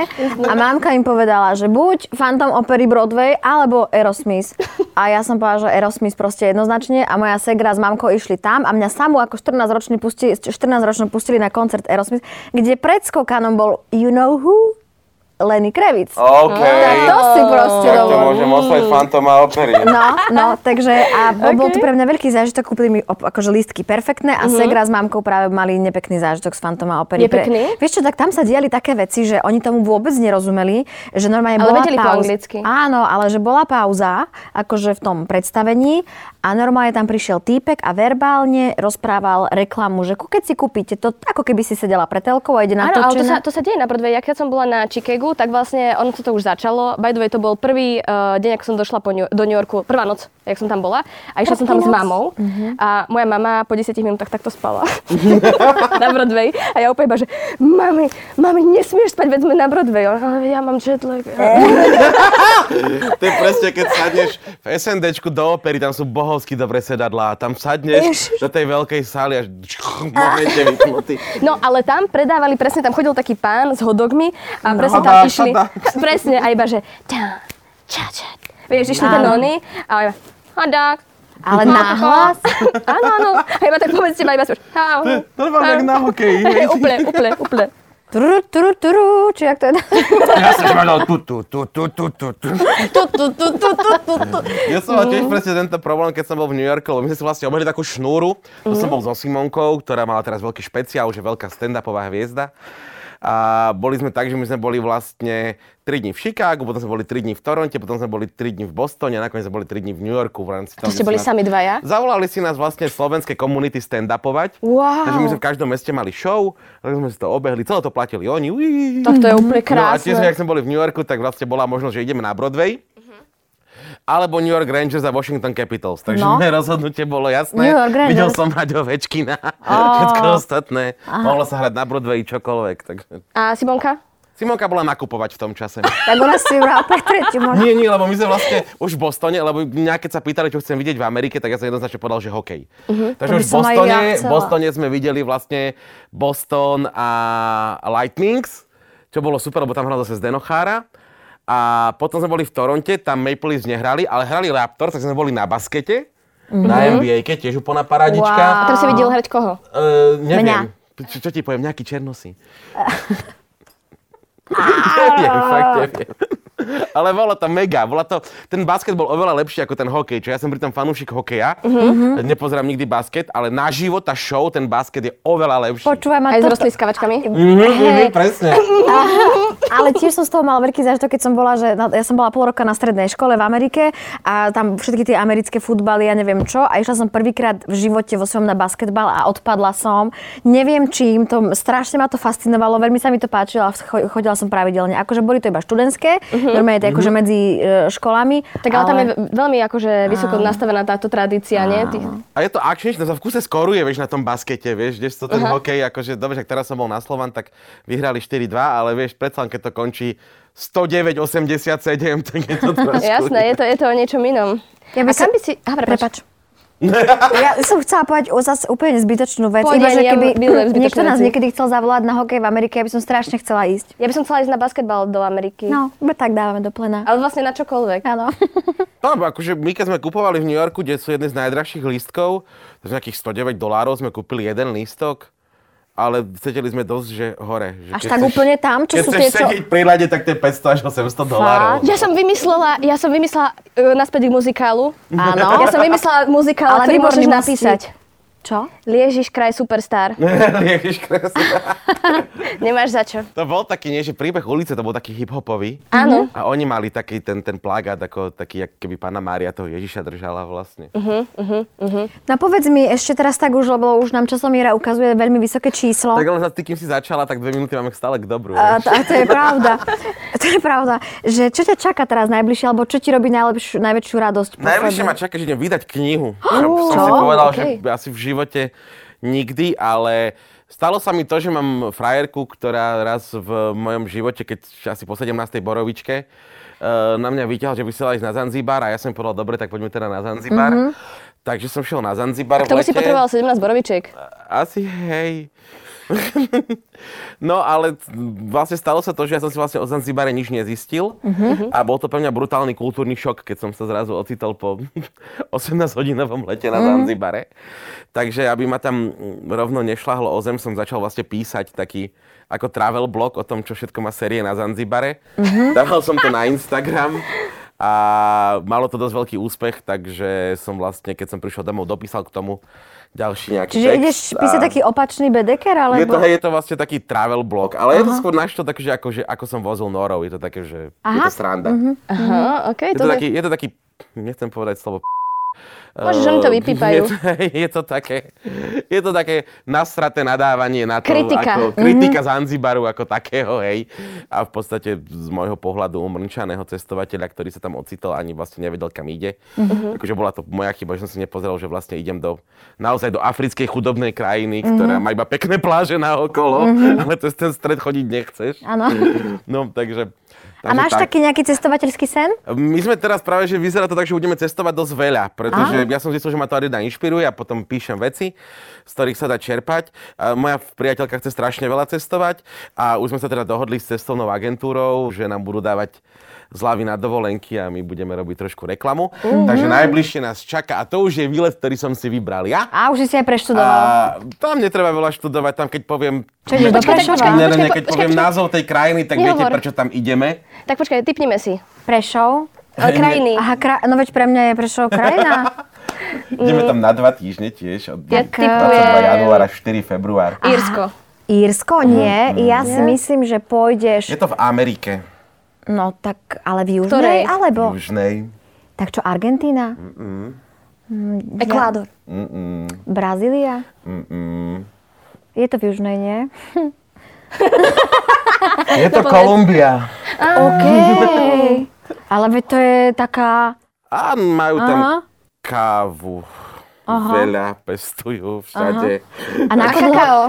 D: a mamka im povedala, že buď Phantom opery Broadway, alebo Aerosmith. A ja som povedala, že Aerosmith proste jednoznačne a moja segra s mamkou išli tam a mňa samú ako 14 ročný pustili, 14 ročnú pustili na koncert Aerosmith, kde pred skokanom bol You Know Who? Lenny Kravitz.
C: OK.
D: Tak No, to si proste
C: Tak to
D: dovolil.
C: môžem osvojiť fantoma opery.
D: No, no, takže a bol, bol to pre mňa veľký zážitok, kúpili mi op, akože lístky perfektné
E: Mhm.
D: a Segra s mamkou práve mali nepekný zážitok z Fantoma opery.
E: Nepekný?
D: Pre, vieš čo, tak tam sa diali také veci, že oni tomu vôbec nerozumeli, že normálne
E: Ale
D: bola
E: vedeli po
D: pauza.
E: anglicky.
D: Áno, ale že bola pauza, akože v tom predstavení a normálne tam prišiel týpek a verbálne rozprával reklamu, že ku- keď si kúpite to, ako keby si sedela pre telkou a ide na
E: Áno, ale to sa,
D: točené.
E: to sa deje na Broadway. Ja keď som bola na Chicagu, tak vlastne ono to, to už začalo. By the way, to bol prvý uh, deň, ako som došla po New, do New Yorku, prvá noc, jak som tam bola. A išla som tam s
D: noc. Mhm.
E: mamou a moja mama po 10 minútach takto spala na Broadway. A ja úplne iba, že mami, mami, nesmieš spať, veď sme na Broadway. Ona, ale ja mám jet lag.
D: Eh.
C: To je presne, keď sadneš v SNDčku do opery, tam sú bohovsky dobre sedadlá, tam sadneš do tej veľkej sály až v momente vypnutý.
E: No ale tam predávali, presne tam chodil taký pán s hodogmi a
D: No.
E: presne tam
C: Aha,
E: išli,
C: šada.
E: presne a iba, že tá, ča, ča. Vieš, išli ten
D: Áno.
E: oni a iba, hot dog.
A: Ale
E: Hot dog.
A: nahlas?
E: Áno, áno. A iba tak povedzte ma iba spôr.
C: To vám jak na hokeji. hej.
E: Úplne, úplne, úplne.
D: Tru, tru, tru, či jak to je?
F: Ja som mal tu, tu, tu, tu, tu, tu, tu.
D: Tu, tu, tu, tu, tu, tu, tu.
C: Ja som mal
E: No.
C: tiež presne tento problém, keď som bol v New Yorku, lebo my sme si vlastne obehli takú šnúru. To
E: Mhm.
C: som bol so Simonkou, ktorá mala teraz veľký špeciál, že veľká stand-upová hviezda. A boli sme tak, že my sme boli vlastne 3 dní v Chicagu, potom sme boli 3 dní v Toronte, potom sme boli 3 dní v Bostone a nakoniec sme boli 3 dní v New Yorku v rámci
E: To
C: toho.
E: ste
C: že si
E: boli
C: nás-
E: sami dvaja?
C: Zavolali si nás vlastne slovenské komunity stand-upovať.
E: Wow.
C: Takže my sme v každom meste mali show, tak sme si to obehli, celé to platili oni. Uííí.
E: Tak to je úplne
C: No a tiež,
E: krásne.
C: ak sme boli v New Yorku, tak vlastne bola možnosť, že ideme na Broadway.
A: Mhm.
C: Alebo New York Rangers a Washington Capitals. Takže
A: No.
C: no. rozhodnutie bolo jasné.
A: New York Rangers.
C: Videl som Maďo Večkina, všetko ostatné. Mohlo sa hrať na Broadway čokoľvek. Takže...
E: A Simonka?
C: Simonka bola nakupovať v tom čase.
D: Tak ona si vrá pre tretiu možno.
C: Nie, nie, lebo my sme vlastne už v Bostone, lebo mňa keď sa pýtali, čo chcem vidieť v Amerike, tak ja som jednoznačne povedal, že hokej. Takže
D: Mhm. To by
C: už v
D: som aj ja
C: Bostone, v
D: chcela.
C: Bostone sme videli vlastne Boston a Lightnings, čo bolo super, lebo tam hral zase Zdeno Chára. A potom sme boli v Toronte, tam Maple Leafs nehrali, ale hrali Raptors, tak sme boli na baskete.
D: Mhm.
C: Na NBA-ke, tiež úplná
E: A
C: paradička.
E: tam si videl hrať koho?
D: No,
C: Uh,
A: Mňa.
C: neviem. Čo, čo ti poviem, nejaký černosy. neviem, fakt neviem. Ale bolo to mega, bola to, ten basket bol oveľa lepší ako ten hokej, čo ja som pritom fanúšik hokeja, nepozerám nikdy basket, ale na život tá show, ten basket je oveľa lepší.
D: Počúvaj ma,
E: Aj s
D: toto,
E: rozpliskavačkami?
C: Mhm, mhm, presne.
D: ale tiež som z toho mal veľký zážitok, keď som bola, že na, ja som bola pol roka na strednej škole v Amerike a tam všetky tie americké futbaly, ja neviem čo, a išla som prvýkrát v živote vo svojom na basketbal a odpadla som. Neviem čím, to, strašne ma to fascinovalo, veľmi sa mi to páčilo a cho- chodila som pravidelne. Akože boli to iba študentské, normálne to je akože medzi e, školami.
E: Mhm. Tak ale tam je veľmi akože vysoko nastavená táto tradícia, nie? Tých...
C: A je to akčnejšie, to sa v kuse skoruje, vieš, na tom baskete, vieš, kdežto ten hokej, akože, dobre, že ak teraz som bol na Slovan, tak vyhrali 4-2, ale vieš, predsa len, keď to končí 109-87, tak je to
E: No,
C: trošku...
E: Jasné, je to, je to o niečom inom.
D: Ja by
E: a kam
D: sa-
E: by si... Aha, prepáč.
D: Prepač. ja som chcela povedať o zase úplne zbytočnú vec.
E: Poď,
D: Iba,
E: ja-
D: že
E: ja
D: keby
E: milujem zbytočné
D: niekto nás
E: veci.
D: niekedy chcel zavolať na hokej v Amerike, ja by som strašne chcela ísť.
E: Ja by som chcela ísť na basketbal do Ameriky.
D: No, iba tak dávame do plena.
E: Ale vlastne na čokoľvek.
D: Áno.
C: No, lebo akože my keď sme kupovali v New Yorku, kde sú jedny z najdrahších lístkov, takže nejakých 109 dolárov sme kúpili jeden lístok, ale cítili sme dosť, že hore. Že
D: Až
C: keď
D: tak
C: chceš-
D: úplne tam, čo
C: Keď
D: sú
C: chceš
D: tie, čo...
C: sedieť pri rade, tak to je 500 až 800 dolárov.
E: Ja som vymyslela, ja som vymyslela uh, naspäť k muzikálu.
D: Áno.
E: Ja som vymyslela muzikál,
D: Ale
E: ktorý
D: výborný
E: môžeš
D: musí-
E: napísať.
D: Čo?
E: Liežiš kraj superstar.
C: Ježiš, krásne.
E: Nemáš za čo.
C: to bol taký, nie, že príbeh ulice, to bol taký hip-hopový.
D: Mhm.
E: Áno.
C: A oni mali taký ten, ten plagát, ako taký, jak keby pána Mária toho Ježiša držala vlastne.
D: Mhm. No povedz mi ešte teraz tak už, lebo už nám časomiera ukazuje veľmi vysoké číslo.
C: Tak ale za kým si začala, tak dve minúty máme stále k dobru.
D: A
C: vieš.
D: to, a to je pravda. To je pravda. Že čo ťa čaká teraz najbližšie, alebo čo ti robí najlepšiu, najväčšiu radosť? posledne?
C: Najbližšie ma čaká, že idem vydať knihu. Oh, som si
D: Čo?
C: povedal, okay.
E: Okej.
C: že asi v živote nikdy, ale stalo sa mi to, že mám frajerku, ktorá raz v mojom živote, keď asi po 17. borovičke, eh, na mňa videl, že by chcela ísť na Zanzibar a ja som jej povedal, dobre, tak poďme teda na Zanzibar. Takže som šiel na Zanzibar.
E: Mhm. K tomu
C: v
E: si
C: lete.
E: potreboval 17 borovičiek.
C: Asi hej. no ale t- vlastne stalo sa to, že ja som si vlastne o Zanzibare nič nezistil a bol to pre mňa brutálny kultúrny šok, keď som sa zrazu ocitol po 18-hodinovom lete na Zanzibare. Takže aby ma tam rovno nešlahlo o zem, som začal vlastne písať taký ako travel blog o tom, čo všetko má série na Zanzibare. Dával som to na Instagram a malo to dosť veľký úspech, takže som vlastne, keď som prišiel domov, dopísal k tomu ďalší nejaký
D: Čiže
C: text.
D: ideš písať taký opačný bedeker,
C: Je
D: alebo...
C: to, hej, je to vlastne taký travel blog, ale je to skôr našto také, že ako, že ako som vozil norov, je to také, že je to sranda.
D: Mhm.
E: Aha, okej.
C: Je, to taký, je to taký, nechcem povedať slovo p-
E: Môžeš, oni to
C: Eh,
E: vypípajú.
C: Je to, je to také, je to také nasraté nadávanie na to,
E: Kritika.
C: ako, kritika Zanzibaru ako takého, hej. A v podstate z môjho pohľadu umrčaného cestovateľa, ktorý sa tam ocitol, ani vlastne nevedel, kam ide. Takže bola to moja chyba, že som si nepozeral, že vlastne idem do, naozaj do africkej chudobnej krajiny, ktorá má iba pekné pláže na okolo, ale cez ten stred chodiť nechceš.
D: Áno.
C: No, takže...
D: A máš taký nejaký cestovateľský sen?
C: My sme teraz práve, že vyzerá to tak, že budeme cestovať dosť veľa, pretože ja som zistil, že ma to Arida inšpiruje a potom píšem veci, z ktorých sa dá čerpať. A moja priateľka chce strašne veľa cestovať a už sme sa teda dohodli s cestovnou agentúrou, že nám budú dávať zľavy na dovolenky a my budeme robiť trošku reklamu.
E: Mhm.
C: Takže najbližšie nás čaká a to už je výlet, ktorý som si vybral ja.
A: A už si si aj
E: No.
A: preštudoval.
C: A tam netreba veľa študovať, tam keď poviem...
A: Čo ideš do
E: Počkaj, tak
A: Prešova?
E: počkaj,
C: Ne, ne, ne, keď
E: počkaj,
C: poviem
E: počkaj.
C: názov tej krajiny, tak viete,
E: Nehovor.
C: prečo tam ideme.
E: Tak počkaj, typnime si.
D: Prešov?
E: Ale krajiny.
D: Aha, kra- no veď pre mňa je Prešov krajina.
C: Ideme tam na dva týždne tiež, od
E: Mm. Ja
C: 22.
E: typujem
C: januára až 4. február.
E: Írsko.
D: Írsko? Nie. Ja si myslím, že
C: Mhm. Je
D: pôjdeš...
C: to v Amerike.
D: No tak, ale v Južnej?
E: Ktorej?
D: Alebo...
C: Južnej.
D: Tak čo, Argentína? Mm, Ekvádor.
C: Mm-mm,
D: Brazília?
C: mm-mm.
D: Je to v Južnej, nie?
F: Je to Kolumbia.
D: OK. Ale veď to je taká...
C: A majú tam
D: Aha.
C: kávu. Veľa pestujú všade.
D: A na koľko
E: Kakao.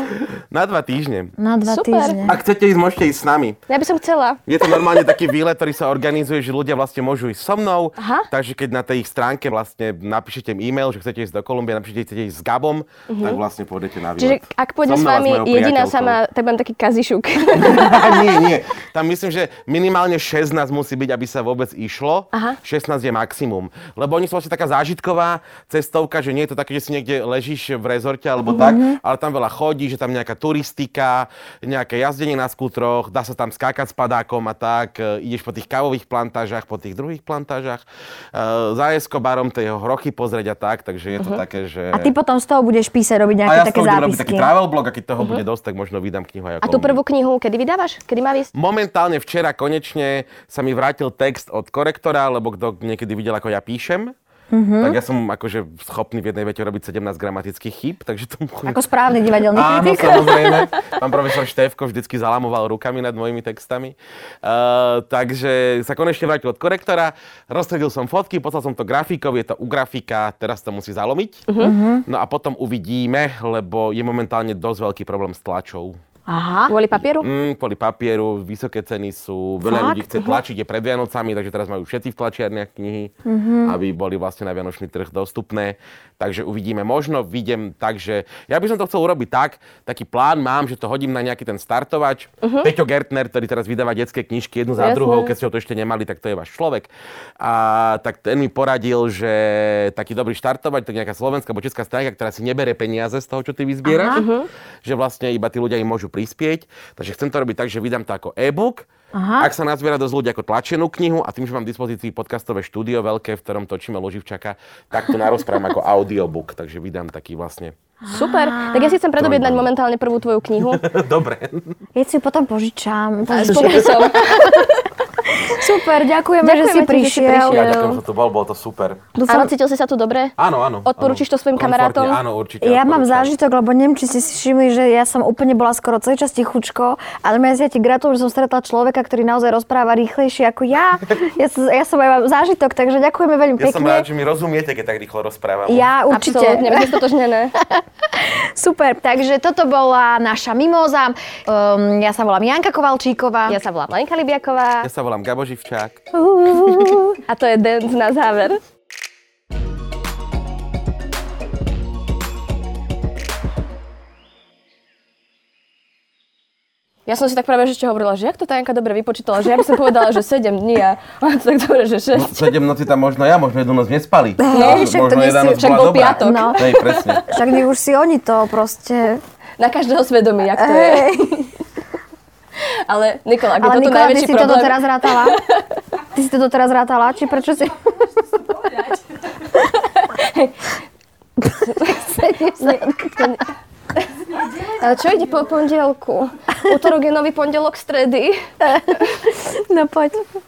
C: Na dva týždne.
D: Na dva
E: Super.
D: týždne.
C: Ak chcete ísť, môžete ísť s nami.
E: Ja by som chcela.
C: Je to normálne taký výlet, ktorý sa organizuje, že ľudia vlastne môžu ísť so mnou.
E: Aha.
C: Takže keď na tej ich stránke vlastne napíšete im e-mail, že chcete ísť do Kolumbie, napíšete, že chcete ísť s Gabom, tak vlastne pôjdete na
E: Mhm. Čiže
C: výlet.
E: ak pôjde s
C: So mnou a
E: vami
C: mojou
E: jediná
C: priateľkou.
E: sama, tak budem taký kazišuk.
C: nie, nie. Tam myslím, že minimálne 16 musí byť, aby sa vôbec išlo.
E: Aha.
C: 16 je maximum. Lebo oni sú vlastne taká zážitková cestovka, že nie je to také, že si niekde ležíš v rezorte alebo
D: Mhm.
C: tak, ale tam veľa chodí, že tam nejaká turistika, nejaké jazdenie na skútroch, dá sa tam skákať s padákom a tak, e, ideš po tých kávových plantážach, po tých druhých plantážach, e, za Escobarom tie jeho hrochy pozrieť a tak, takže je to také,
D: Mhm.
C: že...
D: A ty potom z toho budeš písať, robiť
C: a
D: nejaké
C: ja z
D: také
C: toho budem robiť
D: zápisky. Mhm.
C: taký travel blog a keď toho bude dosť, tak možno vydám knihu aj o
E: A tú
C: Kolumbii.
E: prvú knihu kedy vydávaš? Kedy má ísť?
C: Momentálne včera konečne sa mi vrátil text od korektora, lebo kto niekedy videl, ako ja píšem,
D: Mhm.
C: tak ja som akože schopný v jednej vete robiť 17 gramatických chýb, takže to...
D: Ako správny divadelný
C: Áno,
D: kritik.
C: samozrejme. Pán profesor Štefko vždycky zalamoval rukami nad mojimi textami. Uh, takže sa konečne vrátil od korektora, rozstredil som fotky, poslal som to grafikovi, je to u grafika, teraz to musí zalomiť.
D: Mhm.
C: No a potom uvidíme, lebo je momentálne dosť veľký problém s tlačou.
D: Aha.
E: Kvôli papieru?
C: Mm, kvôli papieru, vysoké ceny sú, veľa ľudí chce tlačiť, je pred Vianocami, takže teraz majú všetci v tlačiarniach knihy, aby boli vlastne na Vianočný trh dostupné. Takže uvidíme, možno vidím tak, že ja by som to chcel urobiť tak, taký plán mám, že to hodím na nejaký ten startovač. Peťo Gertner, ktorý teraz vydáva detské knižky jednu za
E: Jasné.
C: druhou, keď ste ho to ešte nemali, tak to je váš človek. A tak ten mi poradil, že taký dobrý štartovať, tak nejaká slovenská alebo česká stránka, ktorá si nebere peniaze z toho, čo ty vyzbieraš,
E: Mhm.
C: že vlastne iba tí ľudia im môžu prispieť. Takže chcem to robiť tak, že vydám to ako e-book. Aha. Ak sa nazbiera dosť ľudí ako tlačenú knihu a tým, že mám v dispozícii podcastové štúdio veľké, v ktorom točíme Loživčaka, tak to narozprávam ako audiobook, takže vydám taký vlastne.
E: Super. Tak ja si chcem predobjednať
C: Dobre.
E: momentálne prvú tvoju knihu.
C: Dobre.
D: Ja si ju potom požičam.
E: A s
D: požičam.
E: podpisom.
D: Super, ďakujeme, že
E: Ďakujeme ti,
D: si
E: že si
D: prišiel.
E: prišiel.
C: Ja ďakujem, že to bol, bolo to super.
E: Áno, cítil si sa tu dobre?
C: Áno, áno.
E: Odporúčiš
C: áno.
E: to svojim
C: Komfortne,
E: kamarátom?
C: Áno, určite.
D: Ja mám
C: odporúčam.
D: zážitok, lebo neviem, či ste si všimli, že ja som úplne bola skoro celý čas tichučko, ale ja ti gratulujem, že som stretla človeka, ktorý naozaj rozpráva rýchlejšie ako ja. Ja, som, ja som aj mám zážitok, takže ďakujeme veľmi
C: Ja som rád,
D: pekne.
C: že mi rozumiete, keď tak rýchlo rozprávam.
D: Ja určite.
E: Absolutne, my sme stotožnené.
A: Super, takže toto bola naša mimoza. Um,
D: Ehm,
A: ja sa volám Janka Kovalčíková.
E: Ja sa volám Lenka Libiaková
C: Ja sa volám Gabo Živčák.
E: a to je dance na záver. Ja som si tak práve že ešte hovorila, že jak to tá Janka dobre vypočítala, že ja by som povedala, že 7 dní a ona to tak dobre, že 6.
C: 7 No, noci tam možno ja, možno jednu noc nespali. No,
D: Hej, však to nie si-
E: však bol piatok.
D: No.
C: Hej, presne.
D: Však nech už si oni to proste...
E: Na každého svedomí, jak to je.
D: Hej.
E: Eh. Ale Nikola, ak je
D: Ale
E: toto
D: Nikola, ty
E: najväčší
D: si toto
E: problém,
D: teraz rátala? Ty si toto teraz rátala? Či prečo si...
E: Ale čo ide po pondelku? Útorok je nový pondelok stredy.
D: No poď.